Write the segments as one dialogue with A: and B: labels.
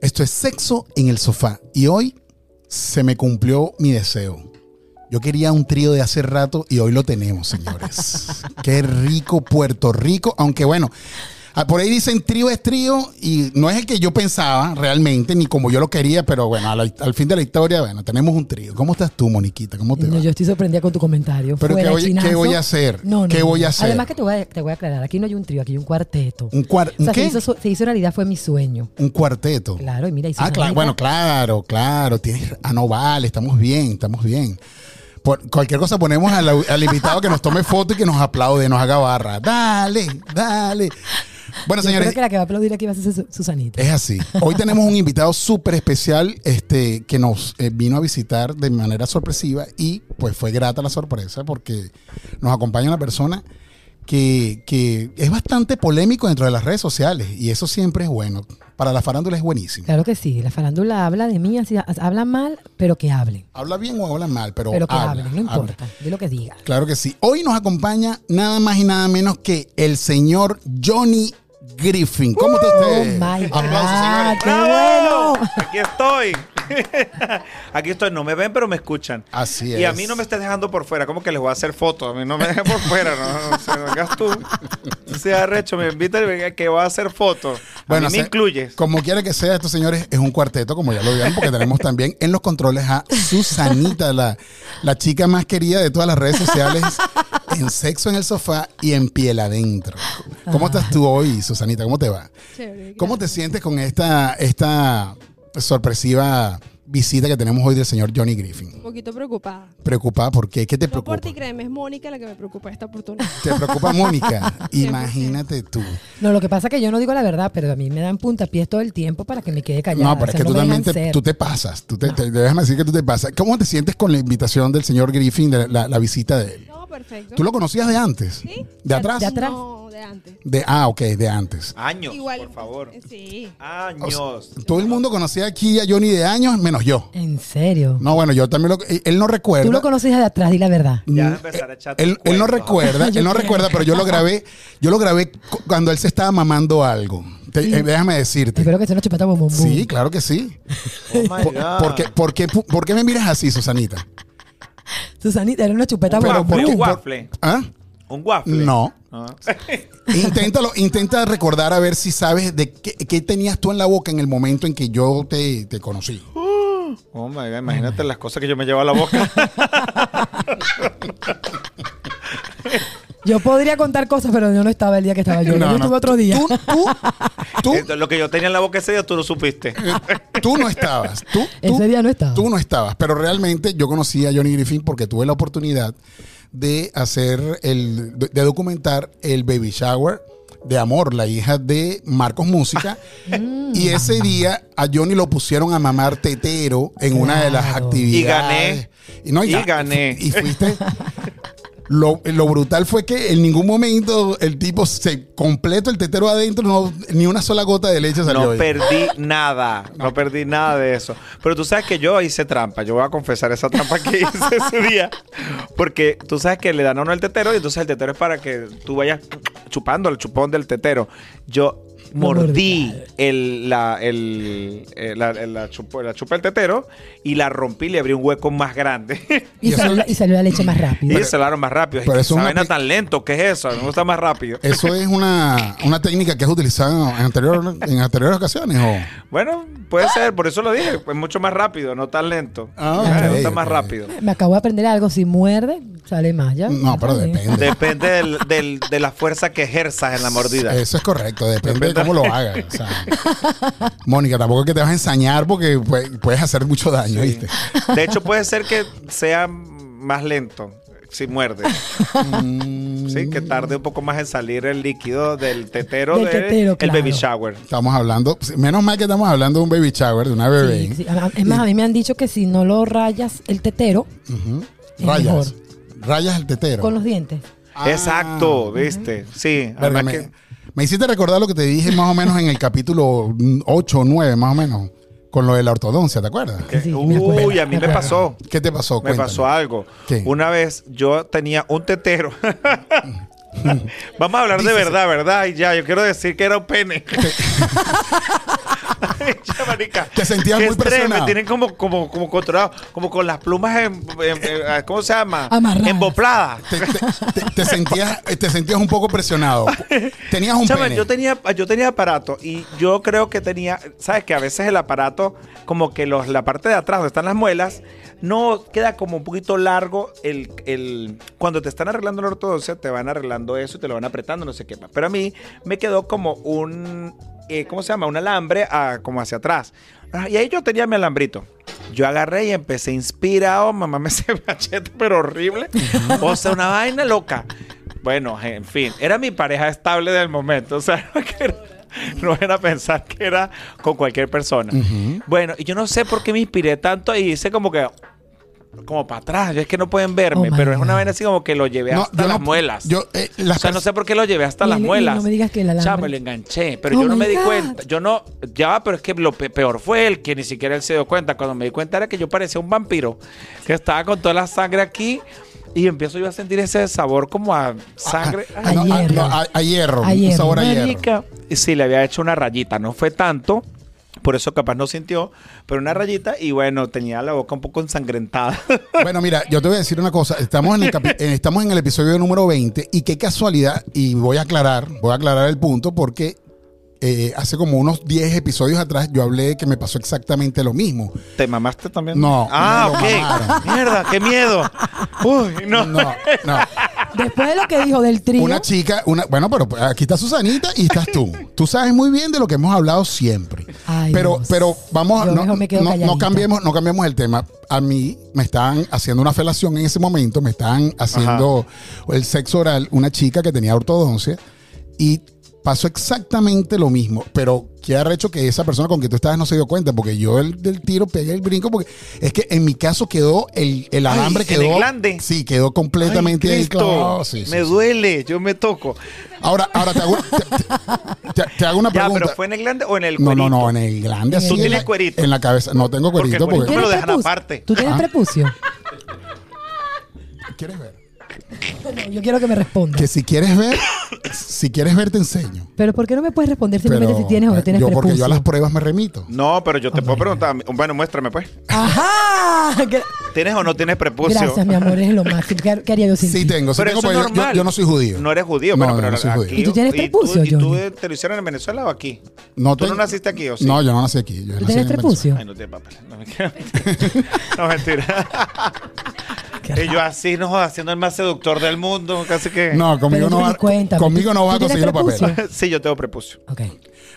A: Esto es Sexo en el Sofá y hoy se me cumplió mi deseo. Yo quería un trío de hace rato y hoy lo tenemos, señores. Qué rico Puerto Rico, aunque bueno, ah, por ahí dicen trío es trío y no es el que yo pensaba realmente, ni como yo lo quería, pero bueno, al, al fin de la historia, bueno, tenemos un trío. ¿Cómo estás tú, Moniquita? ¿Cómo te
B: No,
A: va?
B: yo estoy sorprendida con tu comentario.
A: Pero
B: Fuera,
A: ¿qué voy-
B: chinazo.
A: qué voy a hacer?
B: No, no,
A: ¿Qué
B: no.
A: voy a hacer?
B: Además que te voy a, te voy a aclarar, aquí no hay un trío, aquí hay un cuarteto.
A: ¿Un, cuar-
B: o sea,
A: ¿un qué?
B: Se, hizo, su- se hizo realidad, fue mi sueño.
A: Un cuarteto.
B: Claro, y mira, y
A: Ah, claro,
B: Susanita-
A: bueno, claro, claro. Tienes, ah, no vale, estamos bien, estamos bien. Por, cualquier cosa ponemos al, al invitado que nos tome foto y que nos aplaude, nos haga barra. Dale, dale. Bueno,
B: Yo
A: señores, Eh.
B: creo que la que va a aplaudir aquí va a ser Su- Susanita.
A: es así. Hoy tenemos un invitado súper especial este, que nos eh, vino a visitar de manera sorpresiva y pues fue grata la sorpresa porque nos acompaña una persona que, que es bastante polémico dentro de las redes sociales y eso siempre es bueno. Para la farándula es buenísimo.
B: Claro que sí, la farándula habla de mí, así, ha- habla mal, pero que hablen.
A: Habla bien o habla mal, pero,
B: Pero que
A: habla,
B: hablen, no
A: habla.
B: importa, de lo que digan.
A: Claro que sí. Hoy nos acompaña nada más y nada menos que el señor Johnny Griffin. ¿Cómo está
B: Oh
A: usted?
B: my God,
A: Aplausos, señores.
B: qué
C: ¡Bravo!
B: bueno.
C: Aquí estoy. Aquí estoy. No me ven, pero me escuchan.
A: Así
C: Y a
A: es.
C: mí no me estés dejando por fuera. ¿Cómo que les voy a hacer fotos? A mí no me dejes por fuera. No, no, sé, no hagas tú. No seas arrecho. Me invitan y me digan que voy a hacer fotos. A mí
A: se-
C: me incluyes.
A: Como quiera que sea, estos señores es un cuarteto, como ya lo vieron, porque tenemos también en los controles a Susanita, la, la chica más querida de todas las redes sociales, en sexo en el sofá y en piel adentro. ¿Cómo
B: Ah.
A: estás tú hoy, Susanita? ¿Cómo te va?
D: Chévere,
A: ¿Cómo te sientes con esta, esta sorpresiva visita que tenemos hoy del señor Johnny Griffin?
D: Un poquito preocupada.
A: ¿Preocupada por qué? ¿Qué te
D: No por
A: preocupa?
D: ti, créeme, es Mónica la que me preocupa esta oportunidad.
A: ¿Te preocupa Mónica? Imagínate tú.
B: No, lo que pasa es que yo no digo la verdad, pero a mí me dan puntapiés todo el tiempo para que me quede callada.
A: No, pero
B: o
A: es
B: sea,
A: que tú
B: me
A: también
B: dejan
A: te,
B: ser.
A: tú te pasas. Tú te, te- déjame decir que tú te pasas. ¿Cómo te sientes con la invitación del señor Griffin, de la, la visita de él?
D: No, perfecto.
A: ¿Tú lo conocías de antes?
D: ¿Sí?
A: ¿De atrás?
B: de atrás.
D: No, de antes.
A: De- ah, ok, de antes.
C: Años,
D: Igual.
C: por favor.
D: eh, Sí.
C: Años.
A: O sea, todo el mundo conocía aquí a Johnny de años, menos yo.
B: En serio.
A: No, bueno, yo también lo... Él no recuerda.
B: Tú lo conoces de atrás, di la verdad.
C: Ya
A: Mm,
C: empezar a echar
A: él,
C: tus
A: él no
C: cuentos.
A: recuerda, él no recuerda, pero yo lo grabé, yo lo grabé cu- cuando él se estaba mamando algo. Te- eh, déjame decirte.
B: Espero que esté una chupeta bombón.
A: Sí, claro que sí.
C: Oh my
A: Por,
C: God.
A: por qué, por qué- por qué me miras así, Susanita?
B: Susanita, era una chupeta
C: Un
B: bombón.
C: waffle,
A: qué?
C: un waffle.
A: ¿Ah?
C: Un waffle.
A: No.
C: Ah.
A: Inténtalo, intenta recordar a ver si sabes de qué, qué tenías tú en la boca en el momento en que yo te, te conocí.
C: Oh my God, imagínate las cosas que yo me llevo a la boca.
B: Yo podría contar cosas, pero yo no estaba el día que estaba yo.
A: No,
B: yo
A: no.
B: estuve otro día.
A: Tú, tú, tú,
C: Esto, Lo que yo tenía en la boca ese día tú lo supiste.
A: tú no estabas. Tú, tú-
B: Ese día no estaba.
A: Tú no estabas, pero realmente yo conocí a Johnny Griffin porque tuve la oportunidad de hacer el de documentar el baby shower de amor, la hija de Marcos Música.
B: Ah. Mm.
A: y ese día a Johnny lo pusieron a mamar tetero en una de las
B: Claro.
A: actividades. Y gané. Y, no,
C: Y
A: ya-
C: gané.
A: Y fuiste. Lo, lo brutal fue que en ningún momento el tipo se completo el tetero adentro, no, ni una sola gota de leche salió.
C: No
A: ahí.
C: perdí nada, no perdí nada de eso. Pero tú sabes que yo hice trampa, yo voy a confesar esa trampa que hice ese día, porque tú sabes que le dan a uno el tetero y entonces el tetero es para que tú vayas chupando el chupón del tetero. Yo
B: Lo
C: mordí
B: mordí.
C: el, la, el, eh, la, la chupo- la chupa del tetero y la rompí y le abrí un hueco más grande.
B: Y,
A: Y eso-
B: salió, la- y salió la leche más rápido.
C: y se lo más rápido.
A: pero
C: Ay,
A: eso es
C: esa
A: una
C: vaina
A: apli-
C: tan lento, ¿qué es eso? A mí me gusta más rápido.
A: ¿Eso es una, una técnica que has utilizado en, anterior- en anteriores ocasiones? ¿o?
C: Bueno, puede ser, por eso lo dije, es mucho más rápido, no tan lento.
A: Ah,
C: Ah,
A: ok,
C: está más
A: ok.
C: rápido.
B: Me acabo de aprender algo. Si muerde, sale más. ¿ya?
A: No, pero
B: Sí.
A: depende.
C: Depende del- del- de la fuerza que ejerzas en la mordida.
A: Eso es correcto, depende de
C: Depende.
A: cómo lo hagas. o sea. Mónica, tampoco es que te vas a ensañar porque pues, puedes hacer mucho daño, ¿viste?
C: De hecho, puede ser que sea más lento si muerde.
A: Mm.
C: sí, que tarde un poco más en salir el líquido del tetero
B: Del
C: del
B: tetero, claro.
C: baby shower.
A: Estamos hablando, menos mal que estamos hablando de un baby shower, de una bebé.
B: Sí, sí. A- Es más, a mí me han dicho que si no lo rayas el tetero es
A: Rayas.
B: mejor.
A: Rayas el tetero.
B: con los dientes.
A: Ah.
C: Exacto, ¿viste? Sí,
A: Verga,
C: además
A: me,
C: que-
A: me hiciste recordar lo que te dije más o menos en el capítulo 8 o 9, más o menos, con lo de la ortodoncia, ¿te acuerdas?
C: que-
B: Sí, me acuerdo,
C: uy, a mí
B: me
C: me
B: acuerdo.
C: pasó.
A: ¿Qué te pasó?
C: Me
A: Cuéntame.
C: pasó algo.
A: ¿Qué?
C: Una vez yo tenía un tetero. Vamos a hablar de verdad, ¿verdad? Y ya, yo quiero decir que era un pene. Che, marica,
A: Te sentías
C: qué
A: muy
C: estrés,
A: presionado.
C: Me tienen como, como, como controlado, como con las plumas, en, en- en- ¿cómo se llama?
B: Amarradas.
C: Embopladas.
A: Te, te- te- te sentías, eh, te sentías un poco presionado. Tenías un
C: Chama,
A: pene.
C: yo tenía, yo tenía aparato y yo creo que tenía, sabes que a veces el aparato, como que los, la parte de atrás donde están las muelas, no queda como un poquito largo el, el- cuando te están arreglando la ortodoncia, te van arreglando eso y te lo van apretando, no sé qué más. Pero a mí me quedó como un, eh, ¿cómo se llama? Un alambre ah, como hacia atrás. Ah, Y ahí yo tenía mi alambrito. Yo agarré y empecé inspirado, mamá me se machete, pero horrible. O sea, una vaina loca. Bueno, en fin, era mi pareja estable del momento. O sea, no era, no era pensar que era con cualquier persona. Bueno, y yo no sé por qué me inspiré tanto y hice como que. Como para atrás, Yo es que no pueden verme,
B: Oh, my
C: pero es
B: God.
C: una vaina así como que lo llevé
A: No,
C: hasta
A: yo
C: las
A: no-
C: muelas.
A: yo, eh, las
C: o sea, no sé por qué lo llevé hasta
B: Y
C: las
B: el- y
C: muelas.
B: no me digas que el alambre.
C: Chama, lo enganché, pero
B: Oh,
C: yo no
B: my
C: me di
B: God.
C: cuenta. Yo no, ya, va, pero es que lo pe- peor fue él, que ni siquiera él se dio cuenta. Cuando me di cuenta era que yo parecía un vampiro, que estaba con toda la sangre aquí y empiezo yo a sentir ese sabor como a sangre.
A: Ah, no,
B: A
A: ah,
B: hierro.
A: no, a, a hierro.
B: A
A: Un
B: hierro.
A: sabor a hierro.
C: Marica. Y Sí, le había hecho una rayita, no fue tanto. Por eso capaz no sintió, pero una rayita y bueno, tenía la boca un poco ensangrentada.
A: Bueno, mira, yo te voy a decir una cosa. Estamos en, el capi- eh, estamos en el episodio número 20 y qué casualidad, y voy a aclarar, voy a aclarar el punto porque eh, hace como unos 10 episodios atrás yo hablé que me pasó exactamente lo mismo.
C: ¿Te mamaste también?
A: No,
C: Ah,
A: me lo
C: ok.
A: mamaron.
C: Mierda, qué miedo. Uy, no.
A: no. no.
B: Después de lo que dijo del trío,
A: Una chica, una, bueno, pero aquí está Susanita y estás tú. Tú sabes muy bien de lo que hemos hablado siempre.
B: Ay,
A: pero,
B: Dios.
A: pero vamos,
B: Yo
A: no,
B: mejor me quedo
A: no, no
B: calladita.
A: cambiemos, no cambiemos el tema. A mí me estaban haciendo una felación en ese momento, me estaban haciendo el sexo oral, una chica que tenía ortodoncia y pasó exactamente lo mismo, pero qué arrecho que esa persona con que tú estabas no se dio cuenta, porque yo el, del tiro pegué el brinco, porque es que en mi caso quedó el, el alambre
C: en
A: quedó
C: el glande.
A: sí quedó
C: Ay,
A: completamente ahí
C: Cristo,
A: clavado. Sí, sí,
C: me
A: sí.
C: duele, yo me toco.
A: Ahora, ahora te hago, te- te- te hago una
C: Ya,
A: pregunta.
C: pero fue en el glande o en el
A: no,
C: cuerito?
A: no, no, en el grande.
B: ¿Tú
A: así, en
C: tienes
A: la-
C: cuerito?
A: En la cabeza. No tengo
C: Porque el
A: cuerito porque.
C: cuerito-
B: ¿tienes
C: lo dejan
B: prepucio?
C: aparte.
B: ¿Tú tienes
A: Ah.
B: prepucio?
A: ¿Quieres ver?
B: No, yo quiero que me respondas.
A: Que si quieres ver, si quieres ver, te enseño.
B: Pero ¿por qué no me puedes responder simplemente
A: Pero,
B: si tienes o no
A: eh,
B: tienes
A: yo,
B: prepucio?
A: porque yo a las pruebas me remito.
C: No, pero yo te
B: Oh,
C: puedo
B: my God.
C: preguntar. Bueno, muéstrame pues.
B: ¡Ajá! Gra-
C: ¿Tienes o no tienes prepucio?
B: Gracias, mi amor, eres lo máximo. ¿Qué, qué haría yo sin
A: Sí,
B: ti?
A: tengo, sí
C: Pero
A: tengo,
C: eso
A: porque
C: es
A: yo- yo,
C: normal.
A: yo no soy judío.
C: No eres
A: No,
C: judío, bueno,
A: no,
C: pero
A: no soy
C: aquí-
A: judío.
B: ¿Y tú tienes prepucio,
C: ¿Y tú
B: Johnny?
C: te lo hicieron en Venezuela o aquí? ¿Tú
A: tengo-
C: no naciste aquí o sí?
A: No, yo no nací aquí. Yo
B: ¿Tú
A: nací
B: tienes
A: en Venezuela.
B: prepucio?
C: Ay, no tiene papel. No, me queda- no, mentira.
A: Ah,
B: Qué
C: y yo
B: raro.
C: así, no jodas, siendo el más seductor del mundo, casi que...
A: No, conmigo
B: Pero
A: no
B: yo
A: va,
B: me cuenta,
A: conmigo
B: ¿tú-
A: no va a
B: tú tienes
A: conseguir los papeles.
B: prepucio?
C: Sí, yo tengo prepucio.
B: Ok.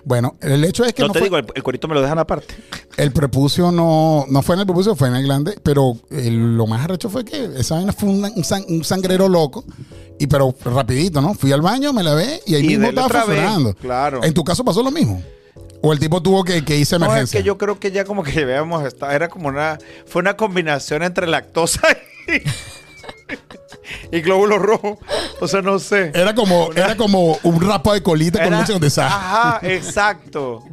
A: Bueno, el hecho es que
C: No,
A: no,
C: te
A: fue-
C: digo, el, el cuerito me lo dejan aparte.
A: El prepucio no, no fue en el prepucio, fue en el glande, pero eh, lo más arrecho fue que esa vaina fue un, un san- un sangrero loco, y pero rapidito, ¿no? Fui al baño, me lavé y ahí
C: Y
A: mismo
C: dele
A: estaba
C: otra vez,
A: funcionando.
C: claro.
A: ¿En tu caso pasó lo mismo? ¿O el tipo tuvo que, que irse a
C: No, es
A: emergencia?
C: que yo creo que ya como que llevábamos, esta- era como una, fue una combinación entre lactosa y, y glóbulos rojos. O sea, no sé.
A: Era como, era como un rapa de colita con
C: Era- Ah.
A: leche donde sale.
C: Ajá, exacto.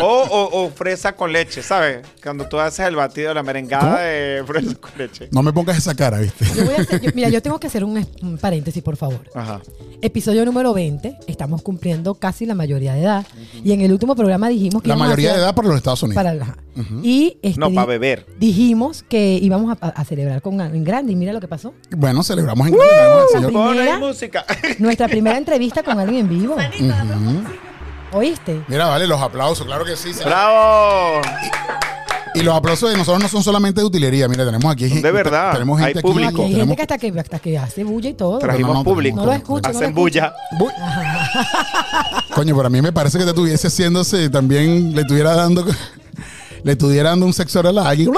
C: O, o- o fresa con leche, ¿sabes? Cuando tú haces el batido de la merengada
A: ¿Cómo?
C: de fresa con leche.
A: No me pongas esa cara, ¿viste?
B: Yo voy a hacer- yo- mira, yo tengo que hacer un, es- un paréntesis, por favor.
C: Ajá.
B: Episodio número 20. Estamos cumpliendo casi la mayoría de edad. Y en el último programa dijimos que
A: La
B: íbamos a
A: mayoría de
B: hacer-
A: edad pues. para los Estados Unidos.
B: Para la- y este,
C: No, para
B: di-
C: beber.
B: Dijimos que íbamos a, a celebrar con en grande y mira lo que pasó.
A: Bueno, celebramos en grande, tenemos al señor-
B: Primera.
C: Pon ahí música.
B: Nuestra primera entrevista con alguien en vivo. ¿Oíste?
A: Mira, vale, los aplausos, claro que sí. se-
C: ¡Bravo!
A: Y los aplausos de nosotros no son solamente de utilería. Mira, tenemos aquí
C: Son de verdad.
A: Tenemos
C: Hay
A: gente aquí,
B: No,
C: público.
B: aquí hay
A: tenemos-
B: gente que hasta que hasta que hace bulla y todo.
A: Tra-
C: Trajimos
A: no, no,
C: público.
B: no lo escucho, no lo
C: Hacen
B: escucho.
C: bulla.
A: Bu- Coño, pero a mí me parece que te estuviese haciéndose también, le estuviera dando, le estuviera dando un sexo oral a alguien.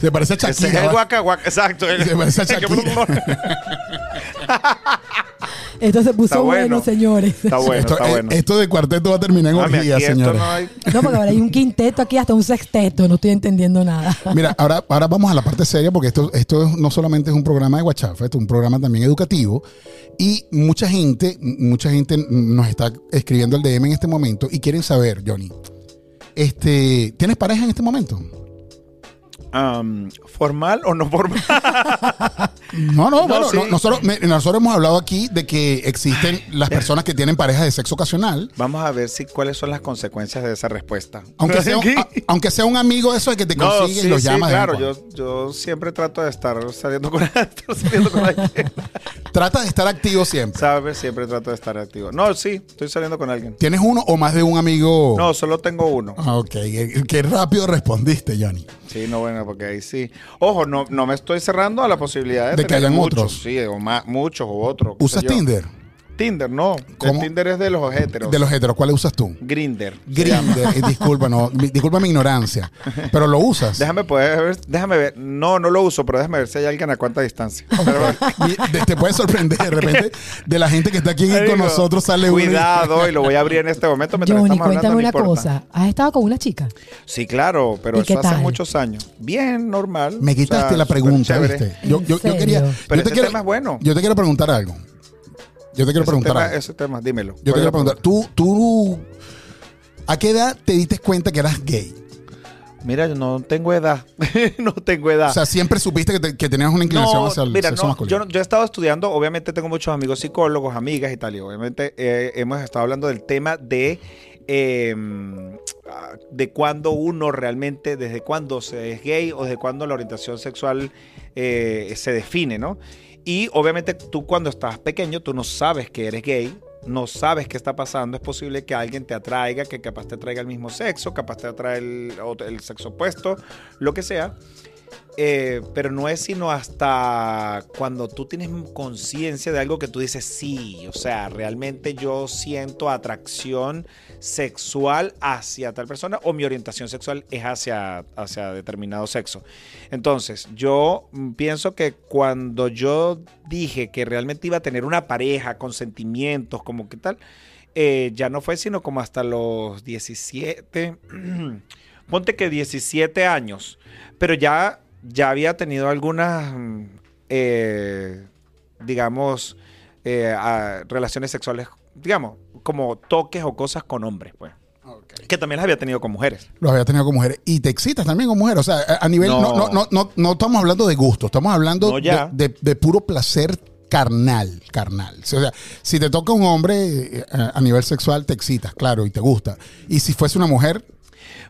A: Se parece a
C: Ese es
A: Shakira.
C: el
A: ¿va?
C: guaca guaca. Exacto. el-
A: Se parece a Shakira.
B: Esto se
C: Está
B: puso bueno,
C: bueno.
B: señores.
C: Está bueno,
A: esto,
C: está
A: eh,
C: bueno.
A: esto de cuarteto va a terminar en
C: Mami, aquí
A: orgía,
C: esto
A: señores.
C: no hay-
B: No, porque ahora hay un quinteto aquí, hasta un sexteto, no estoy entendiendo nada.
A: Mira, ahora, ahora vamos a la parte seria porque esto, esto es- no solamente es un programa de WhatsApp, esto es un programa también educativo y mucha gente, mucha gente nos está escribiendo el DM en este momento y quieren saber, Johnny, este, ¿tienes pareja en este momento?
C: Am, ¿Formal o no formal?
A: No, no,
C: No,
A: bueno,
C: sí.
A: no- nosotros, me- nosotros hemos hablado aquí de que existen
C: eh.
A: las personas que tienen parejas de sexo ocasional.
C: Vamos a ver si cuáles son las consecuencias de esa respuesta.
A: Aunque sea, un, a- aunque sea un amigo eso de que te
C: No,
A: consigue y
C: sí,
A: lo pues.
C: sí,
A: llama. de vez en
C: claro,
A: cuando.
C: yo, yo siempre trato de estar saliendo con estar saliendo con alguien.
A: Trata de estar activo siempre.
C: ¿Sabes? Siempre trato de estar activo. No, sí, estoy saliendo con alguien.
A: ¿Tienes uno o más de un amigo?
C: No, solo tengo uno.
A: Ah, Ok, qué, qué rápido respondiste, Johnny.
C: Sí, no, bueno, porque ahí sí. Ojo, no, no me estoy cerrando a la posibilidad
A: De
C: de,
A: que
C: tener
A: hayan
C: muchos,
A: otros.
C: Sí, o más, muchos o otros. qué
A: ¿Usas
C: sé yo.
A: Tinder?
C: Tinder, no. El
A: ¿Cómo?
C: Tinder es de los heteros.
A: De los heteros, ¿cuál usas tú?
C: Grinder.
A: Grinder, eh, disculpa, no, mi- disculpa mi ignorancia, pero lo usas.
C: Déjame poder ver, déjame ver. No, no lo uso, pero déjame ver si hay alguien a cuánta distancia. Pero bueno.
A: Mi- de- Te puedes sorprender de repente de la gente que está aquí
C: Marico,
A: con nosotros sale uno y-
C: Cuidado, y lo voy a abrir en este momento mientras
B: Johnny,
C: estamos hablando.
B: cuéntame
C: no
B: una
C: importa.
B: cosa. ¿Has estado con una chica?
C: Sí, claro, pero
B: ¿Y qué
C: eso hace
B: tal?
C: muchos años. Bien, normal.
A: Me
C: o sea,
A: quitaste la
C: súper
A: pregunta,
C: chévere.
A: ¿viste?
B: ¿En
A: Yo, yo- yo
B: serio?
A: quería.
C: Pero
A: yo, te
C: ese
A: quiero,
C: tema es bueno.
A: yo te quiero preguntar algo. Yo te quiero
C: Ese
A: preguntar
C: tema-
A: algo.
C: ese tema, dímelo.
A: Yo te quiero preguntar. ¿Tú, tú. ¿A qué edad te diste cuenta que eras gay?
C: Mira, yo no tengo edad. no tengo edad.
A: O sea, siempre supiste que, te- que tenías una inclinación hacia el
C: mira,
A: sexo
C: Ah. no,
A: masculino.
C: yo, no- yo he estado estudiando, obviamente tengo muchos amigos psicólogos, amigas y tal, y obviamente eh, hemos estado hablando del tema de eh, ah, de cuándo uno realmente, desde cuándo se es gay o desde cuándo la orientación sexual eh, se define, ¿no? Y obviamente tú cuando estás pequeño, tú no sabes que eres gay, no sabes qué está pasando, es posible que alguien te atraiga, que capaz te atraiga el mismo sexo, capaz te atrae el, otro- el sexo opuesto, lo que sea. Eh, pero no es sino hasta cuando tú tienes conciencia de algo que tú dices, sí, o sea, realmente yo siento atracción sexual hacia tal persona o mi orientación sexual es hacia, hacia determinado sexo. Entonces, yo mm, pienso que cuando yo dije que realmente iba a tener una pareja con sentimientos, como que tal, eh, ya no fue sino como hasta los 17, ponte que 17 años, pero ya, ya había tenido algunas, mm, eh, digamos, eh, ah, relaciones sexuales, digamos, como toques o cosas con hombres, pues. Que también las había tenido con mujeres.
A: Los había tenido con mujeres. Y te excitas también con mujeres. O sea, a- a nivel. No,
C: No.
A: no, no, no- no estamos hablando de gusto, estamos hablando
C: No,
A: de,
C: ya.
A: de- de puro placer carnal, carnal. O sea, si te toca un hombre eh, a a nivel sexual, te excitas, claro, y te gusta. Y si fuese una mujer,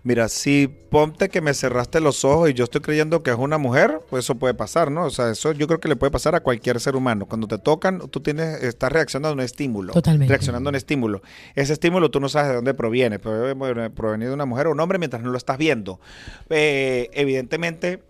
C: Mira, si ponte que me cerraste los ojos y yo estoy creyendo que es una mujer, pues eso puede pasar, ¿no? O sea, eso yo creo que le puede pasar a cualquier ser humano. Cuando te tocan, tú tienes, estás reaccionando a un estímulo.
B: Totalmente.
C: Reaccionando a un estímulo. Ese estímulo tú no sabes de dónde proviene. Puede haber provenido de una mujer o un hombre mientras no lo estás viendo. Eh, evidentemente,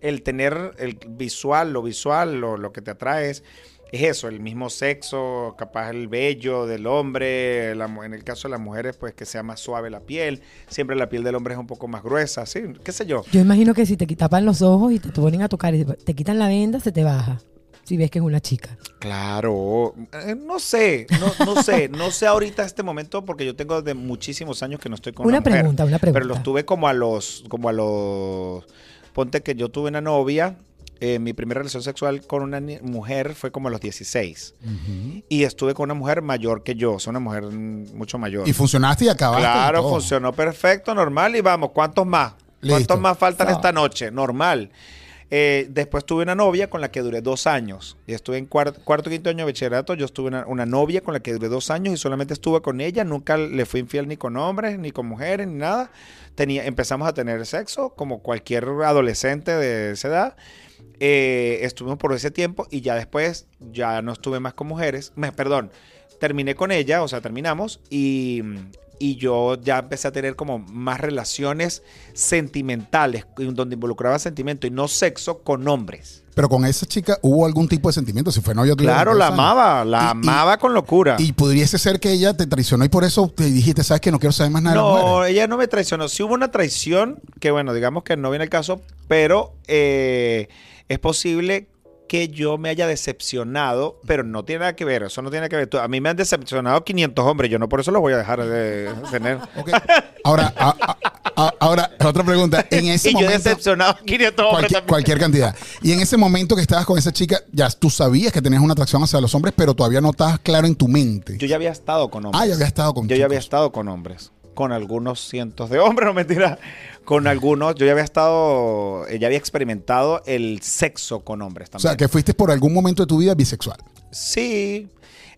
C: el tener el visual, lo visual, lo, lo que te atrae es, es eso, el mismo sexo, capaz el vello del hombre, la mu- en el caso de las mujeres, pues que sea más suave la piel, siempre la piel del hombre es un poco más gruesa, ¿sí? ¿Qué sé yo?
B: Yo imagino que si te tapan los ojos y te ponen a tocar y te quitan la venda, se te baja. Si ves que es una chica.
C: Claro, eh, no sé, no, no sé, no sé ahorita este momento porque yo tengo de muchísimos años que no estoy con
B: Una
C: mujer,
B: pregunta, una pregunta.
C: Pero los tuve como a los, como a los, ponte que yo tuve una novia, eh, mi primera relación sexual con una ni- mujer fue como a los 16 y estuve con una mujer mayor que yo, o sea, una mujer mm, mucho mayor.
A: y funcionaste y acabaste. y
C: Claro,
A: todo.
C: funcionó perfecto, normal. Y vamos, ¿cuántos más?
A: Listo.
C: ¿Cuántos más faltan
B: Ah.
C: esta noche? Normal. Eh, después tuve una novia con la que duré dos años. Y estuve en cuar- cuarto, quinto año de bachillerato. Yo estuve una, una novia con la que duré dos años y solamente estuve con ella. Nunca le fui infiel ni con hombres, ni con mujeres, ni nada. Tenía, empezamos a tener sexo como cualquier adolescente de esa edad. Eh, estuvimos por ese tiempo y ya después ya no estuve más con mujeres. Me- perdón, terminé con ella, o sea, terminamos y, y yo ya empecé a tener como más relaciones sentimentales, donde involucraba sentimiento y no sexo con hombres.
A: Pero con esa chica hubo algún tipo de sentimiento. Si fue novio tuyo,
C: Claro,
A: de
C: la
A: dos años.
C: amaba, la
A: Y- y-
C: amaba con locura.
A: Y pudiese ser que ella te traicionó y por eso te dijiste, sabes que no quiero saber más nada. de las mujeres"?
C: No, ella no me traicionó. Sí hubo una traición, que bueno, digamos que no viene el caso, pero eh, es posible que yo me haya decepcionado, pero no tiene nada que ver, eso no tiene nada que ver. Tú- A mí me han decepcionado 500 hombres, yo no por eso los voy a dejar de tener.
A: Ok. Ahora, a- a- a- ahora, otra pregunta. En ese
C: Y yo he
A: momento,
C: decepcionado 500 hombres
A: cualquier,
C: también.
A: cualquier cantidad. Y en ese momento que estabas con esa chica, ya tú sabías que tenías una atracción hacia los hombres, pero todavía no estabas claro en tu mente.
C: Yo ya había estado con hombres.
A: ah, ya había estado con
C: Yo ya había
A: chicos.
C: estado con hombres. con algunos cientos de hombres, no mentira, con algunos, yo ya había estado, eh, ya había experimentado el sexo con hombres
A: O
C: también.
A: sea, que fuiste por algún momento de tu vida bisexual.
C: Sí,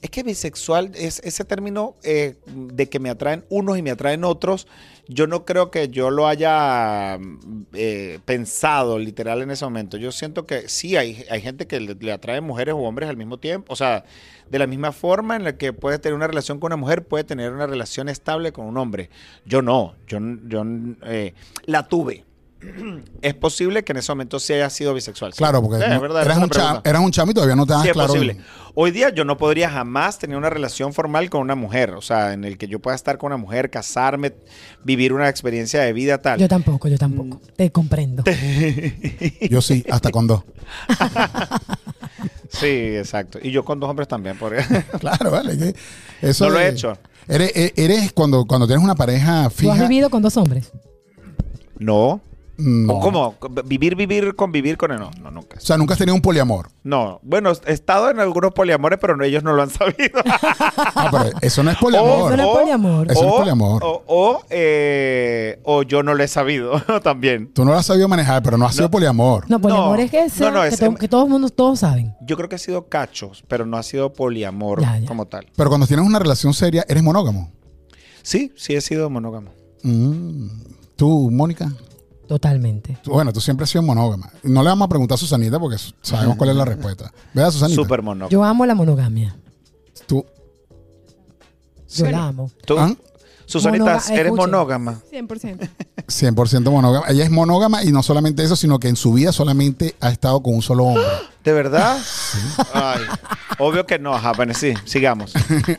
C: es que bisexual es ese término eh, de que me atraen unos y me atraen otros. Yo no creo que yo lo haya mm, eh, pensado literal en ese momento. Yo siento que sí, hay, hay gente que le, le atrae mujeres o hombres al mismo tiempo. O sea, de la misma forma en la que puedes tener una relación con una mujer, puede tener una relación estable con un hombre. Yo no, yo, n- yo n- eh, la tuve. Es posible que en ese momento sí haya sido bisexual. sí.
A: Claro, porque
C: Sí, es
A: no-
C: verdad,
A: eras,
C: esa
A: un
C: pregunta.
A: chamo, eras un chamo y todavía no te das
C: Sí, es
A: Ah, claro.
C: posible. Hoy día yo no podría jamás tener una relación formal con una mujer, o sea, en el que yo pueda estar con una mujer, casarme, vivir una experiencia de vida tal.
B: Yo tampoco, yo tampoco.
C: Mm.
B: Te comprendo.
A: Yo sí, hasta con dos.
C: Sí, exacto. Y yo con dos hombres también, por
A: Claro, vale. que eso
C: No lo he
A: de-
C: hecho.
A: Eres, e- eres cuando, cuando tienes una pareja
B: ¿Tú has
A: fija. mm,
B: vivido con dos hombres?
C: No.
A: no.
C: ¿O ¿Cómo? Vivir, vivir, convivir con no, no nunca.
A: O sea, nunca has tenido un poliamor.
C: No, bueno, he estado en algunos poliamores, pero no, ellos no lo han sabido.
A: Ah, pero eso no es
B: Eso
A: poliamor.
C: Oh,
B: no es poliamor.
A: Eso no es
C: o-
A: poliamor.
C: O, o, eh, o yo no lo he sabido también.
A: Tú no lo has sabido manejar, pero no has sido poliamor.
B: No, poliamor
C: No,
B: es que, sea-
C: no, no,
B: que,
C: es-
B: to- que todos mundo, todos saben.
C: Yo creo que ha sido cachos, pero no ha sido poliamor
B: Ya, ya.
C: como tal.
A: Pero cuando tienes una relación seria, eres monógamo.
C: Sí, sí he sido monógamo.
A: Mm. Tú, Mónica.
B: Totalmente.
A: tú- bueno, tú siempre has sido monógama. No le vamos a preguntar a Susanita porque su- sabemos cuál es la respuesta. ¿Verdad, Susanita?
C: Súper monógamo.
B: Yo amo la monogamia.
A: Tú,
B: Yo
C: Sí.
B: la amo.
C: Tú,
A: ¿Ah?
C: Susanita,
B: Monoga-
C: eres
B: escuchen.
C: monógama.
D: 100%.
A: 100% monógama. Ella es monógama y no solamente eso, sino que en su vida solamente ha estado con un solo hombre.
C: ¿De verdad? Ay, obvio que no, ajá, bueno, sí, sigamos.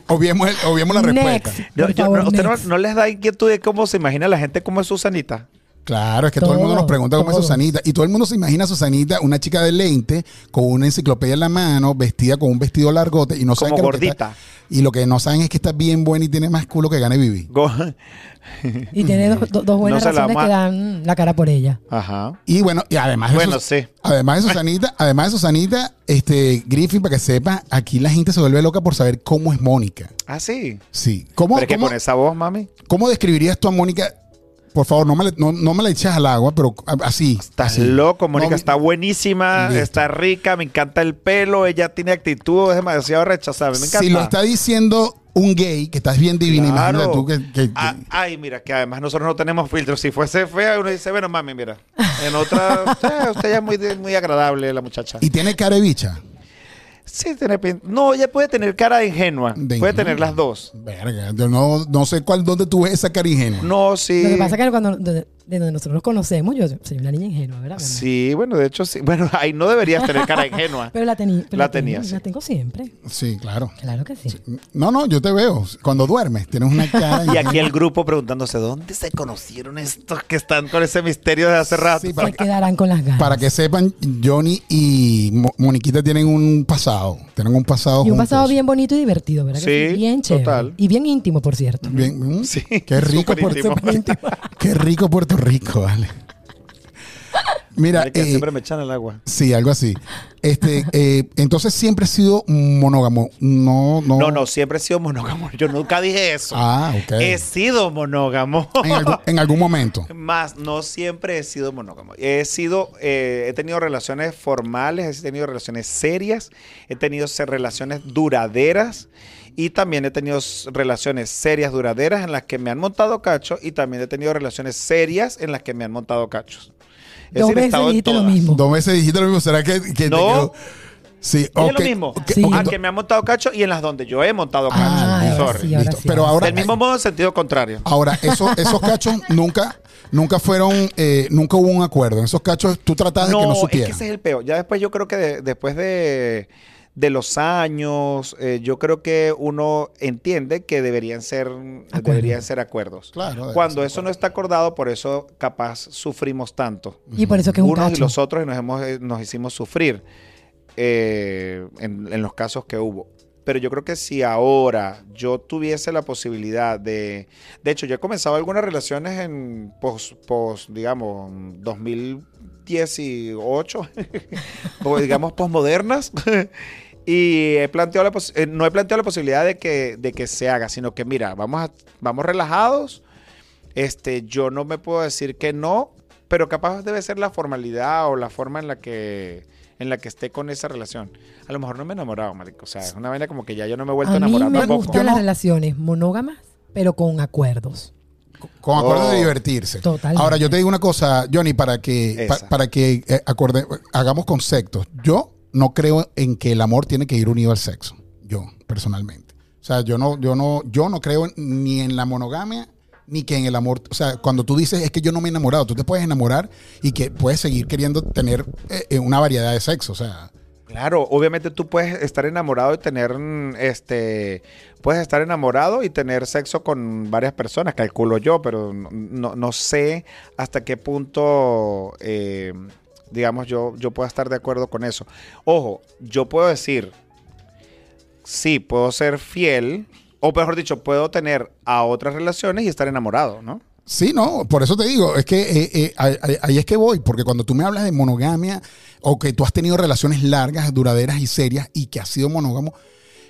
A: obviemos, el- obviemos la respuesta.
B: Next,
C: Yo-
B: por
C: yo-
B: favor,
C: no, ¿Usted no,
B: next.
C: no les da inquietud de cómo se imagina la gente cómo es Susanita?
A: Claro, es que todo, el mundo
B: Todo,
A: nos pregunta cómo
B: todo.
A: es Susanita. Y todo el mundo se imagina a Susanita, una chica de lente, con una enciclopedia en la mano, vestida con un vestido largote y no saben
C: Como
A: que lo que
C: gordita.
A: está- y lo que no saben es que está bien buena y tiene más culo que gane Vivi.
C: Go-
B: Y tiene dos, do- dos buenas
C: se la
B: razones
C: vamos a-
B: que dan la cara por ella.
C: Ajá.
A: Y bueno, y además de
C: Bueno,
A: Sus-
C: sí.
A: Además de Susanita, además de Susanita, este Griffin, para que sepa, aquí la gente se vuelve loca por saber cómo es Mónica.
C: Ah, sí.
A: Sí. ¿Cómo,
C: Pero es que
A: cómo-
C: con esa voz, mami,
A: ¿Cómo describirías tú a Mónica? Por favor, no me, le- no, no me la eches al agua, pero a- así.
C: estás
A: así.
C: loco, Mónica,
A: No,
C: está buenísima,
A: Listo.
C: está rica, me encanta el pelo, ella tiene actitud, es demasiado rechazable, me encanta.
A: Si lo está diciendo un gay, que estás bien divina,
C: Claro.
A: imagínate tú que... que-
C: Ah, ay, mira, que además nosotros no tenemos filtros. Si fuese fea, uno dice, bueno, mami, mira. En otra, eh, usted ya es muy, de- muy agradable, la muchacha.
A: y tiene cara de bicha.
C: Sí, tiene pin- No, ella puede tener cara de ingenua.
A: De
C: puede
A: ingenua.
C: tener las dos.
A: Verga, yo no, no sé cuál, dónde tú ves esa cara ingenua.
C: No, sí.
B: Lo que pasa es que cuando de, de donde nosotros nos conocemos, yo soy una niña ingenua, ¿verdad? mi amor?
C: Sí, bueno, de hecho, sí. Bueno, ahí no deberías tener cara ingenua.
B: Pero la, teni- pero
C: La
B: tengo-
C: tenía, sí.
B: La tengo siempre.
A: Sí, claro.
B: Claro que sí.
A: No, no, yo te veo. Cuando duermes, tienes una cara
C: Y
A: ingenua.
C: aquí el grupo preguntándose, ¿dónde se conocieron estos que están con ese misterio de hace rato?
A: Sí, para
B: Se
A: que,
B: quedarán con las ganas.
A: para que sepan, Johnny y Mo- Moniquita tienen un pasado. Tienen un pasado
B: y un
A: juntos.
B: pasado bien bonito y divertido, ¿verdad? que
C: Sí,
B: Bien chévere.
C: total.
B: Y bien íntimo, por cierto.
A: Bien, mm,
C: Sí,
A: qué rico
C: súper
A: Puerto
C: íntimo.
B: Súper íntimo.
A: Qué rico Puerto Rico, vale. Mira,
C: Mira que
A: eh,
C: siempre me echan el agua.
A: sí, algo así. Este, eh, entonces siempre he sido monógamo. No, no.
C: No, no, siempre he sido monógamo. Yo nunca dije eso.
A: Ah, ok.
C: He sido monógamo.
A: En, algú- en algún momento.
C: Más, no siempre he sido monógamo. He sido, eh, he tenido relaciones formales, he tenido relaciones serias, he tenido se- relaciones duraderas y también he tenido s- relaciones serias duraderas en las que me han montado cachos y también he tenido relaciones serias en las que me han montado cachos. Es
B: Dos
C: decir,
B: veces
C: he estado en
B: dijiste lo
C: todas.
B: mismo.
A: Dos veces dijiste lo mismo. ¿Será que, que te
C: No.
A: quedó? Sí,
C: Dije
A: ok,
C: lo mismo.
A: ok,
B: Sí.
A: ok,
C: Ah,
A: do-
C: que me han montado cachos y en las donde yo he montado cachos.
A: Ah,
B: ahora
C: Sorry.
B: sí, ahora
A: listo.
B: sí,
A: Pero
B: ahora
A: ahora,
C: Del mismo modo, en sentido contrario.
A: ahora eso- esos cachos nunca, nunca fueron, eh, nunca hubo un acuerdo. En esos cachos tú tratabas de que no
C: es
A: supieran.
C: que ese es el peor. Ya después yo creo que de- después de, de los años, eh, yo creo que uno entiende que deberían ser, deberían ser acuerdos.
A: Claro.
C: Cuando eso no está acordado, por eso capaz sufrimos tanto.
B: Y por eso que es un
C: Unos y
B: cacho.
C: los otros y nos, hemos, eh, nos hicimos sufrir eh, en, en los casos que hubo. Pero yo creo que si ahora yo tuviese la posibilidad de... De hecho, yo he comenzado algunas relaciones en post, post digamos, 2018, o digamos, posmodernas. Y he planteado la posi- eh, no he planteado la posibilidad de que, de que se haga, sino que mira, vamos, a- vamos relajados este, yo no me puedo decir que no, pero capaz debe ser la formalidad o la forma en la que en la que esté con esa relación. A lo mejor no me he enamorado, marico. O sea, es una vaina como que ya yo no me he vuelto a
B: A mí
C: enamorar
B: me
C: tampoco.
B: gustan las relaciones monógamas, pero con acuerdos.
A: Con acuerdo
C: Oh.
A: de divertirse.
B: Totalmente.
A: Ahora, yo te digo una cosa, Johnny, para que, pa-
C: Esa.
A: para que eh, acorde- hagamos conceptos. Yo no creo en que el amor tiene que ir unido al sexo. Yo, personalmente. O sea, yo no, yo no, yo no creo ni en la monogamia ni que en el amor, o sea, cuando tú dices es que yo no me he enamorado, tú te puedes enamorar y que puedes seguir queriendo tener eh, eh, una variedad de sexo, o sea,
C: Claro, obviamente tú puedes estar enamorado y tener mm, este puedes estar enamorado y tener sexo con varias personas, calculo yo, pero no, no- no sé hasta qué punto eh, digamos yo, yo pueda estar de acuerdo con eso. Ojo, yo puedo decir, sí, puedo ser fiel, o mejor dicho, puedo tener a otras relaciones y estar enamorado, ¿no?
A: Sí, no, por eso te digo, es que eh, eh, ahí, ahí- ahí es que voy, porque cuando tú me hablas de monogamia o que tú has tenido relaciones largas, duraderas y serias y que has sido monógamo,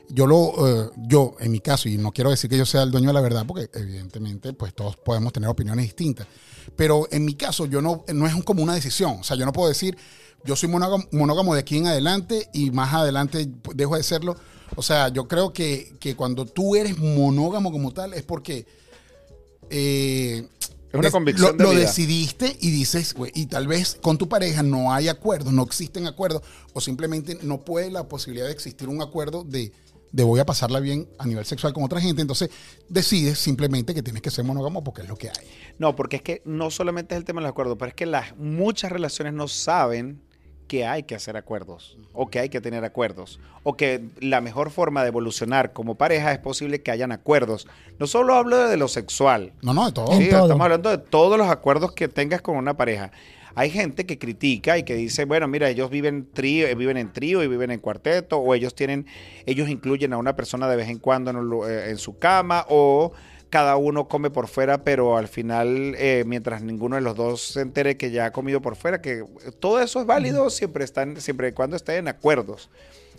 A: yo lo, eh, yo en mi caso, y no quiero decir que yo sea el dueño de la verdad, porque evidentemente pues todos podemos tener opiniones distintas, pero en mi caso yo no, no es como una decisión, o sea, yo no puedo decir, yo soy monógamo, monógamo de aquí en adelante y más adelante dejo de serlo, o sea, yo creo que, que cuando tú eres monógamo como tal es porque... eh,
C: Es una
A: Des-
C: convicción
A: Lo,
C: de
A: lo
C: vida.
A: decidiste y dices, güey, y tal vez con tu pareja no hay acuerdos, no existen acuerdos, o simplemente no puede la posibilidad de existir un acuerdo de, de voy a pasarla bien a nivel sexual con otra gente. Entonces decides simplemente que tienes que ser monógamo porque es lo que hay.
C: No, porque es que no solamente es el tema de los acuerdos, pero es que las muchas relaciones no saben que hay que hacer acuerdos o que hay que tener acuerdos o que la mejor forma de evolucionar como pareja es posible que hayan acuerdos. No solo hablo de lo sexual,
A: No, no, de todo.
B: En
C: Sí,
B: todo.
C: estamos hablando de todos los acuerdos que tengas con una pareja. Hay gente que critica y que dice, bueno, mira, ellos viven trío, eh, viven en trío y viven en cuarteto, o ellos tienen, ellos incluyen a una persona de vez en cuando en, un lu- eh, en su cama, o cada uno come por fuera, pero al final, eh, mientras ninguno de los dos se entere que ya ha comido por fuera, que todo eso es válido siempre están, siempre y cuando estén en acuerdos.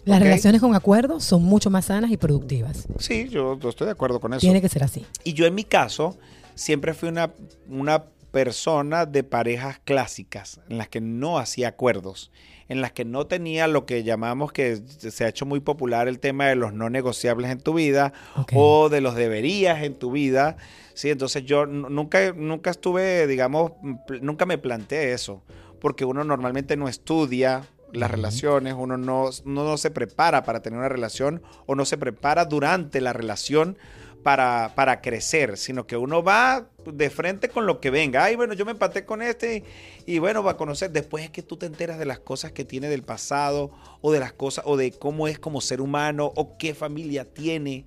B: Las
C: Ok.
B: relaciones con acuerdos son mucho más sanas y productivas.
C: Sí, yo, yo estoy de acuerdo con eso.
B: Tiene que ser así.
C: Y yo en mi caso siempre fui una, una persona de parejas clásicas, en las que no hacía acuerdos, en las que no tenía lo que llamamos que se ha hecho muy popular el tema de los no negociables en tu vida
B: Ok.
C: o de los deberías en tu vida. Sí, entonces yo n- nunca, nunca estuve, digamos, pl- nunca me planteé eso, porque uno normalmente no estudia las relaciones, uno no, uno no se prepara para tener una relación o no se prepara durante la relación para, para crecer, sino que uno va de frente con lo que venga. Ay, bueno, yo me empaté con este y, y bueno, va a conocer. Después es que tú te enteras de las cosas que tiene del pasado o de las cosas o de cómo es como ser humano o qué familia tiene.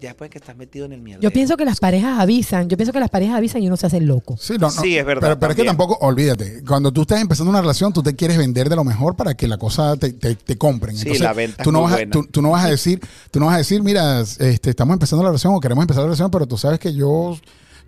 C: Ya después que estás metido en el miedo.
B: Yo pienso que las parejas avisan, yo pienso que las parejas avisan y uno se hace loco.
A: Sí, no, no.
C: Sí, es verdad,
A: Pero, pero es que
C: también.
A: tampoco, olvídate, cuando tú estás empezando una relación, tú te quieres vender de lo mejor para que la cosa te, te- te compren.
C: Sí,
A: Entonces,
C: la venta
A: tú
C: es
A: no
C: muy
A: vas a,
C: buena.
A: tú, tú no vas a decir, tú no vas a decir, mira, este, estamos empezando la relación o queremos empezar la relación, pero tú sabes que yo,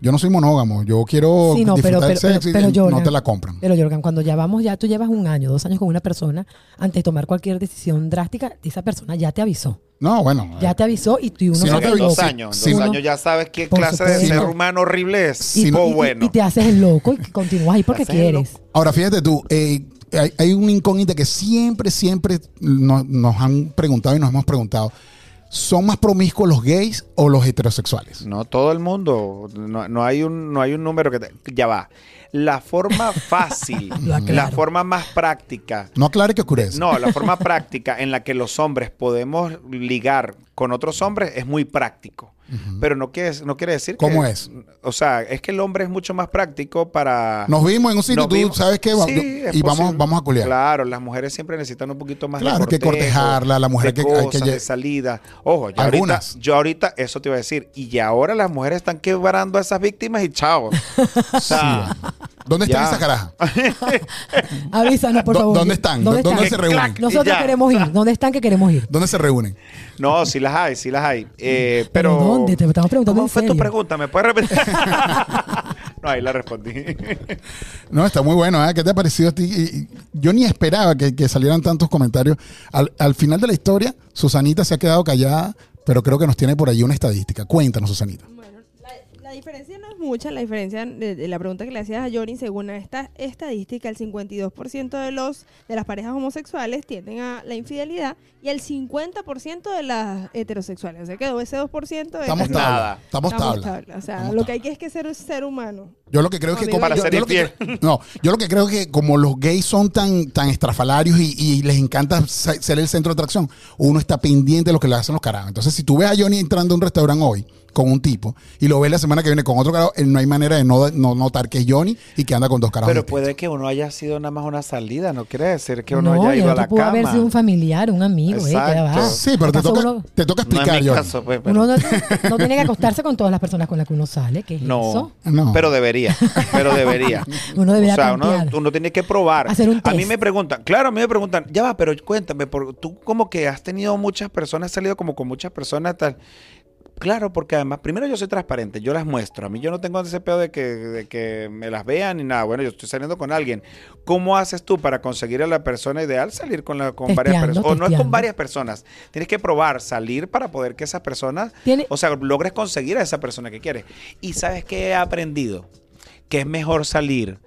A: yo no soy monógamo, yo quiero
B: Sí, no, pero,
A: disfrutar del
B: pero, pero,
A: sexo y
B: pero,
A: no
B: Jordan, eh,
A: te la compran.
B: Pero Jordan, cuando ya vamos, ya tú llevas un año, dos años con una persona, antes de tomar cualquier decisión drástica, esa persona ya te avisó.
A: No, bueno.
B: Ya
A: eh,
B: te avisó y tú y uno
A: Si
B: se
A: no
C: Porque
A: te
B: hace
C: en
A: avisó,
C: dos
B: loco.
C: años,
A: sí,
C: dos
B: no.
C: años ya sabes qué
B: Por
C: clase de
B: supuesto.
C: ser
A: Sí, no.
C: humano horrible es.
A: Sí, no.
B: Y, y-
C: tipo
B: y-
C: bueno.
B: y te haces el loco y continúas ahí porque
C: Te haces el
B: quieres.
A: Ahora, fíjate tú, eh, hay, hay una incógnita que siempre, siempre no- nos han preguntado y nos hemos preguntado. ¿Son más promiscuos los gays o los heterosexuales?
C: No todo el mundo. No, no hay, un, no hay un número que... te- ya va. La forma fácil,
B: Lo
C: la
B: aclaro.
C: forma más práctica
A: No aclare que oscurece.
C: No, la forma práctica en la que los hombres podemos ligar con otros hombres es muy práctico. Pero no quiere, no quiere decir que...
A: ¿Cómo es?
C: O sea, es que el hombre es mucho más práctico para...
A: Nos vimos en un sitio,
C: Ah. Nos
A: tú
C: vimos-
A: sabes que
C: Sí, es
A: y vamos,
C: posible.
A: vamos a culiar.
C: Claro, las mujeres siempre necesitan un poquito más
A: Claro,
C: de
A: que
C: cortejo,
A: cortejarla, la mujer
C: de
A: que- hay que
C: cosas,
A: lle-
C: de salida. Ojo, yo ahorita,
A: Algunas.
C: yo ahorita eso te iba a decir. Y ya ahora las mujeres están quebrando a esas víctimas y chao. O sea,
A: ¿Dónde están
C: Ah. Ya.
A: esas carajas?
B: Avísanos, por
A: ¿Dó-
B: favor.
A: ¿Dónde están? ¿Dó- ¿Dónde, se
C: están?
A: reúnen?
C: Clac.
B: Nosotros
C: Y ya.
B: queremos ir. ¿Dónde están que queremos ir?
A: ¿Dónde se reúnen?
C: no, sí las hay, sí las hay. Eh, pero,
B: dónde? Te estamos preguntando
C: ¿Cómo
B: en
C: fue tu
B: serio.
C: pregunta? ¿Me puedes repetir? no, ahí la respondí.
A: No, está muy bueno. ¿eh? ¿Qué te ha parecido a ti? Y- y- Yo ni esperaba que, que salieran tantos comentarios. Al, al final de la historia, Susanita se ha quedado callada, pero creo que nos tiene por ahí una estadística. Cuéntanos, Susanita.
D: Bueno, la, La diferencia no es mucha, la diferencia de, de la pregunta que le hacías a Jorin, según esta estadística, el 52% de los de las parejas homosexuales tienden a la infidelidad y el 50% de las heterosexuales. O sea, que ese 2% de
A: Estamos
C: Nada.
A: tabla. Estamos tabla.
D: tabla. O sea,
A: Estamos
D: lo
A: tabla.
D: que hay que es que ser un ser humano.
A: Yo lo que creo es que
D: Amigo,
A: como,
C: Para
A: yo,
C: ser
A: yo lo que
C: infiel.
A: creo- no, yo lo que creo que como los gays son tan, tan estrafalarios y, y les encanta se- ser el centro de atracción, uno está pendiente de lo que le hacen los carajos. Entonces, si tú ves a Johnny entrando a un restaurante hoy con un tipo y lo ves la semana que viene con otro carajo, eh, no hay manera de no, no notar que es Johnny y que anda con dos carajos.
C: Pero
A: distintos.
C: puede que uno haya sido nada más una salida, no quiere decir que uno
B: no,
C: haya
B: y
C: ido a
B: otro
C: la
B: pudo
C: cama.
B: haber sido un familiar, un amigo, eh, que ya va.
C: Exacto.
A: Sí, pero te
B: ¿Acaso
A: toca,
B: uno-
A: te toca
C: no
A: explicar,
C: es mi
A: Johnny.
C: caso, pues, pero-
B: Uno no, no tiene que acostarse con todas las personas con las que uno sale, que es eso.
C: No,
A: No.
C: pero debería, pero debería.
B: Uno debería
C: o sea, uno,
B: tantear.
C: uno tiene que probar.
B: Hacer un
C: A mí
B: test.
C: me preguntan, claro, a mí me preguntan, ya va, pero cuéntame, por- tú como que has tenido muchas personas, has salido como con muchas personas tal. Claro, porque además, primero yo soy transparente, yo las muestro. A mí yo no tengo ese pedo de que, de que me las vean ni nada. Bueno, yo estoy saliendo con alguien. ¿Cómo haces tú para conseguir a la persona ideal salir con, la, con varias
B: Testeando,
C: personas? O no es con
B: testeando.
C: varias personas. Tienes que probar, salir para poder que esas personas
B: Tiene-
C: o sea, logres conseguir a esa persona que quieres. Y sabes que he aprendido que es mejor salir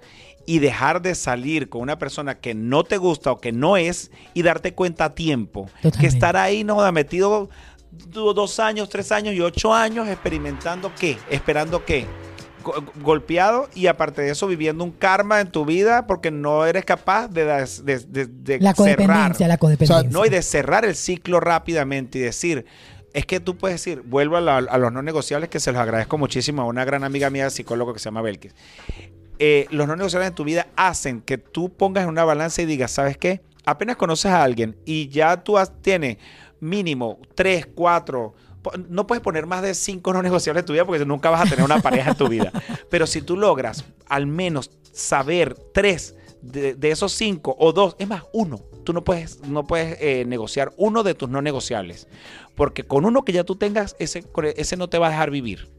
C: y dejar de salir con una persona que no te gusta o que no es y darte cuenta a tiempo.
B: Totalmente.
C: Que estar ahí, no, joda, metido du- dos años, tres años y ocho años experimentando qué, esperando qué. Go- Golpeado y aparte de eso viviendo un karma en tu vida porque no eres capaz de, das- de- de- de
B: La
C: cerrar.
B: codependencia, la codependencia.
C: No, y de cerrar el ciclo rápidamente y decir, es que tú puedes decir, vuelvo a, la- a los no negociables, que se los agradezco muchísimo a una gran amiga mía, psicólogo que se llama Belkis. Eh, los no negociables en tu vida hacen que tú pongas en una balanza y digas, ¿sabes qué? Apenas conoces a alguien y ya tú has- tienes mínimo tres, cuatro... po- No puedes poner más de cinco no negociables en tu vida porque nunca vas a tener una pareja en tu vida. Pero si tú logras al menos saber tres de, de esos cinco o dos, es más, uno. Tú no puedes, no puedes eh, negociar uno de tus no negociables. Porque con uno que ya tú tengas, ese, con- ese no te va a dejar vivir.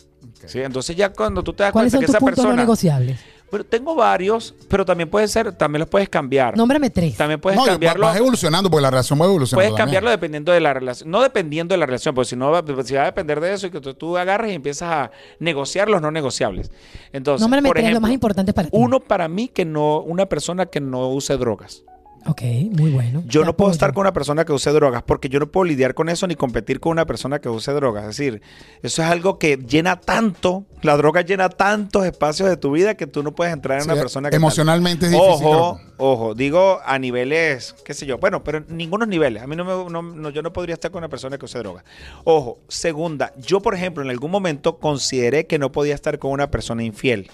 C: ¿sí? Entonces ya cuando tú te das
B: ¿Cuáles
C: cuenta
B: son
C: que
B: tus
C: esa
B: puntos no
C: persona...
B: negociables?
C: Pero tengo varios, pero también puede ser, también los puedes cambiar.
B: Nómbrame tres.
C: También puedes
A: No, va-
C: cambiarlo.
A: vas evolucionando porque la relación va evolucionando.
C: Puedes
A: también.
C: cambiarlo dependiendo de la relación. No dependiendo de la relación, porque si no, va- si va a depender de eso y que tú, tú agarres y empiezas a negociar los no negociables. Entonces,
B: Nómbrame
C: por
B: tres, lo
C: ejemplo,
B: más importante para ti.
C: uno para mí que no, una persona que no use drogas.
B: Ok, muy bueno.
C: Yo
B: Te
C: no puedo
B: apoyo.
C: estar con una persona que use drogas porque yo no puedo lidiar con eso ni competir con una persona que use drogas. Es decir, eso es algo que llena tanto, la droga llena tantos espacios de tu vida que tú no puedes entrar en
A: Sí,
C: una persona que... tal.
A: emocionalmente es difícil.
C: Ojo,
A: creo.
C: ojo, digo a niveles, qué sé yo, bueno, pero ningunos niveles. A mí no me, no- no- yo no podría estar con una persona que use droga. Ojo, segunda, yo por ejemplo en algún momento consideré que no podía estar con una persona infiel.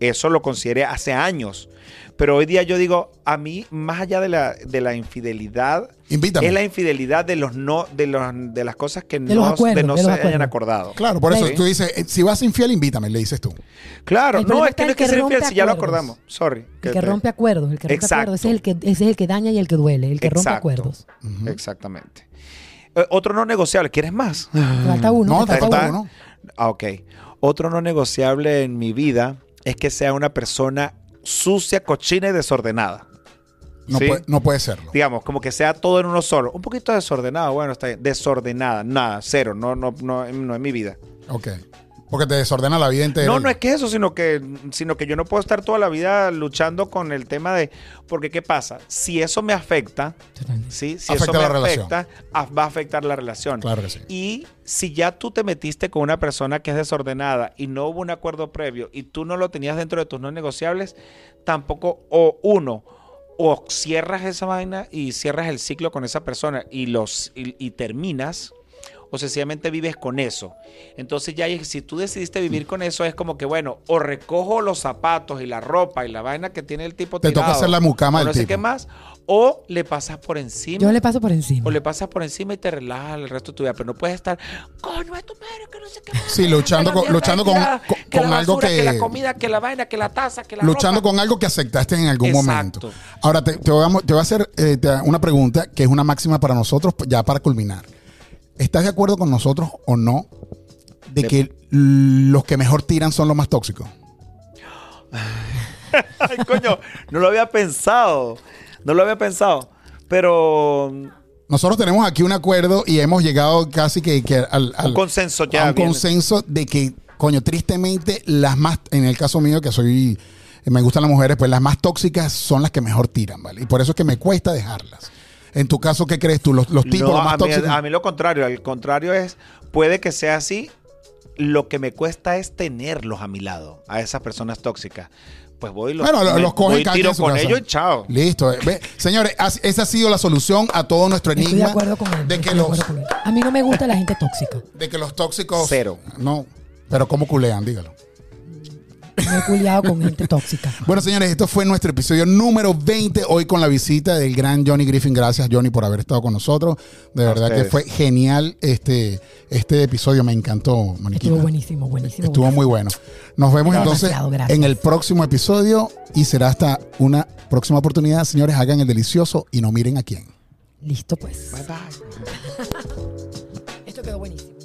C: Eso lo consideré hace años. Pero hoy día yo digo, a mí, más allá de la, de la infidelidad,
A: Invítame.
C: es la infidelidad de los no, de los de las cosas que
B: De
C: no,
B: los acuerdos,
C: de no
B: de
C: se
B: los
C: hayan
B: acuerdos.
C: acordado.
A: Claro, por eso
B: Ven.
A: tú dices, eh, si vas infiel, invítame, le dices tú.
C: Claro,
B: El
C: no,
B: problema
C: es
B: está
C: que no
B: el
C: es que,
B: que
C: sea
B: rompe
C: infiel, si ya lo
B: acuerdos.
C: acordamos. Sorry.
B: El que rompe acuerdos, el que rompe
C: Exacto.
B: acuerdos, ese es el que, ese es el que daña y el que duele, el que rompe
C: Exacto.
B: acuerdos.
A: Ujú.
C: Exactamente. Eh, otro no negociable, ¿quieres más?
B: Falta uno,
A: No,
B: te
A: te
B: falta
A: falta
B: uno.
A: uno.
C: Ah, ok. Otro no negociable en mi vida es que sea una persona sucia, cochina y desordenada.
A: No,
C: Sí.
A: puede, no puede serlo.
C: Digamos, como que sea todo en uno solo. Un poquito desordenado, bueno, está bien. Desordenada, nada, cero, no, no, no, no es mi vida.
A: Ok. Porque te desordena la vida entera.
C: No, no es que eso, sino que, sino que yo no puedo estar toda la vida luchando con el tema de. Porque, ¿qué pasa? Si eso me afecta,
B: Totalmente.
C: ¿sí? si
A: Afecta
C: eso me
A: la relación.
C: afecta, af- va a afectar la relación.
A: Claro que sí.
C: Y si ya tú te metiste con una persona que es desordenada y no hubo un acuerdo previo y tú no lo tenías dentro de tus no negociables, tampoco, o uno, o cierras esa vaina y cierras el ciclo con esa persona y, los, y, y terminas, o sencillamente vives con eso. Entonces ya ahí, si tú decidiste vivir con eso, es como que, bueno, o recojo los zapatos y la ropa y la vaina que tiene el tipo
A: Te toca
C: tirado,
A: hacer la mucama
C: o
A: del
C: no sé
A: tipo.
C: qué más, o le pasas por encima.
B: Yo le paso por encima.
C: O le pasas por encima y te relajas el resto de tu vida, pero no puedes estar, coño, es tu madre, que no sé qué.
A: Sí, luchando con- luchando con- con- con algo
C: algo que.
A: que-
C: la comida, que la vaina, que la taza, que la
A: Luchando
C: ropa.
A: con algo que aceptaste en algún
C: Exacto.
A: momento. Ahora, te, te voy a, te voy a hacer eh, te- una pregunta que es una máxima para nosotros, ya para culminar. ¿Estás de acuerdo con nosotros o no de
C: De-
A: que los que mejor tiran son los más tóxicos?
C: Ay, coño, no lo había pensado. No lo había pensado. Pero mm,
A: Nosotros tenemos aquí un acuerdo y hemos llegado casi que, que al, al-
C: un consenso ya.
A: a un
C: viene.
A: consenso de que Coño, tristemente, las más, en el caso mío, que soy, me gustan las mujeres, pues las más tóxicas son las que mejor tiran, ¿vale? Y por eso es que me cuesta dejarlas. En tu caso, ¿qué crees tú? Los, los tipos
C: No,
A: los más
C: a, mí,
A: tóxicos.
C: a mí lo contrario, al contrario es, puede que sea así, lo que me cuesta es tenerlos a mi lado, a esas personas tóxicas. Pues voy y los,
A: Bueno, lo-
C: me-
A: los coge
C: voy y
A: cada quien
C: tiro
A: en su
C: con
A: casa.
C: ellos y chao.
A: Listo. eh, ve. Señores, as- esa ha sido la solución a todo nuestro enigma.
B: Estoy de acuerdo con él.
A: de que
B: estoy de
A: los,
B: acuerdo con él. A mí no me gusta la gente tóxica.
A: de que los tóxicos.
C: Cero.
A: No. Pero ¿cómo culean? Dígalo.
B: Me he culiado con gente tóxica.
A: Bueno, señores, esto fue nuestro episodio número 20. Hoy con la visita del gran Johnny Griffin. Gracias, Johnny, por haber estado con nosotros. De
C: A
A: verdad que
C: ustedes.
A: fue genial este, este episodio. Me encantó, Maniquita.
B: Estuvo buenísimo, buenísimo.
A: Estuvo muy bueno. Nos vemos entonces
B: Demasiado, gracias.
A: en el próximo episodio y será hasta una próxima oportunidad. Señores, hagan el delicioso y no miren a quién.
B: Listo, pues.
C: Bye, bye.
B: Esto quedó buenísimo.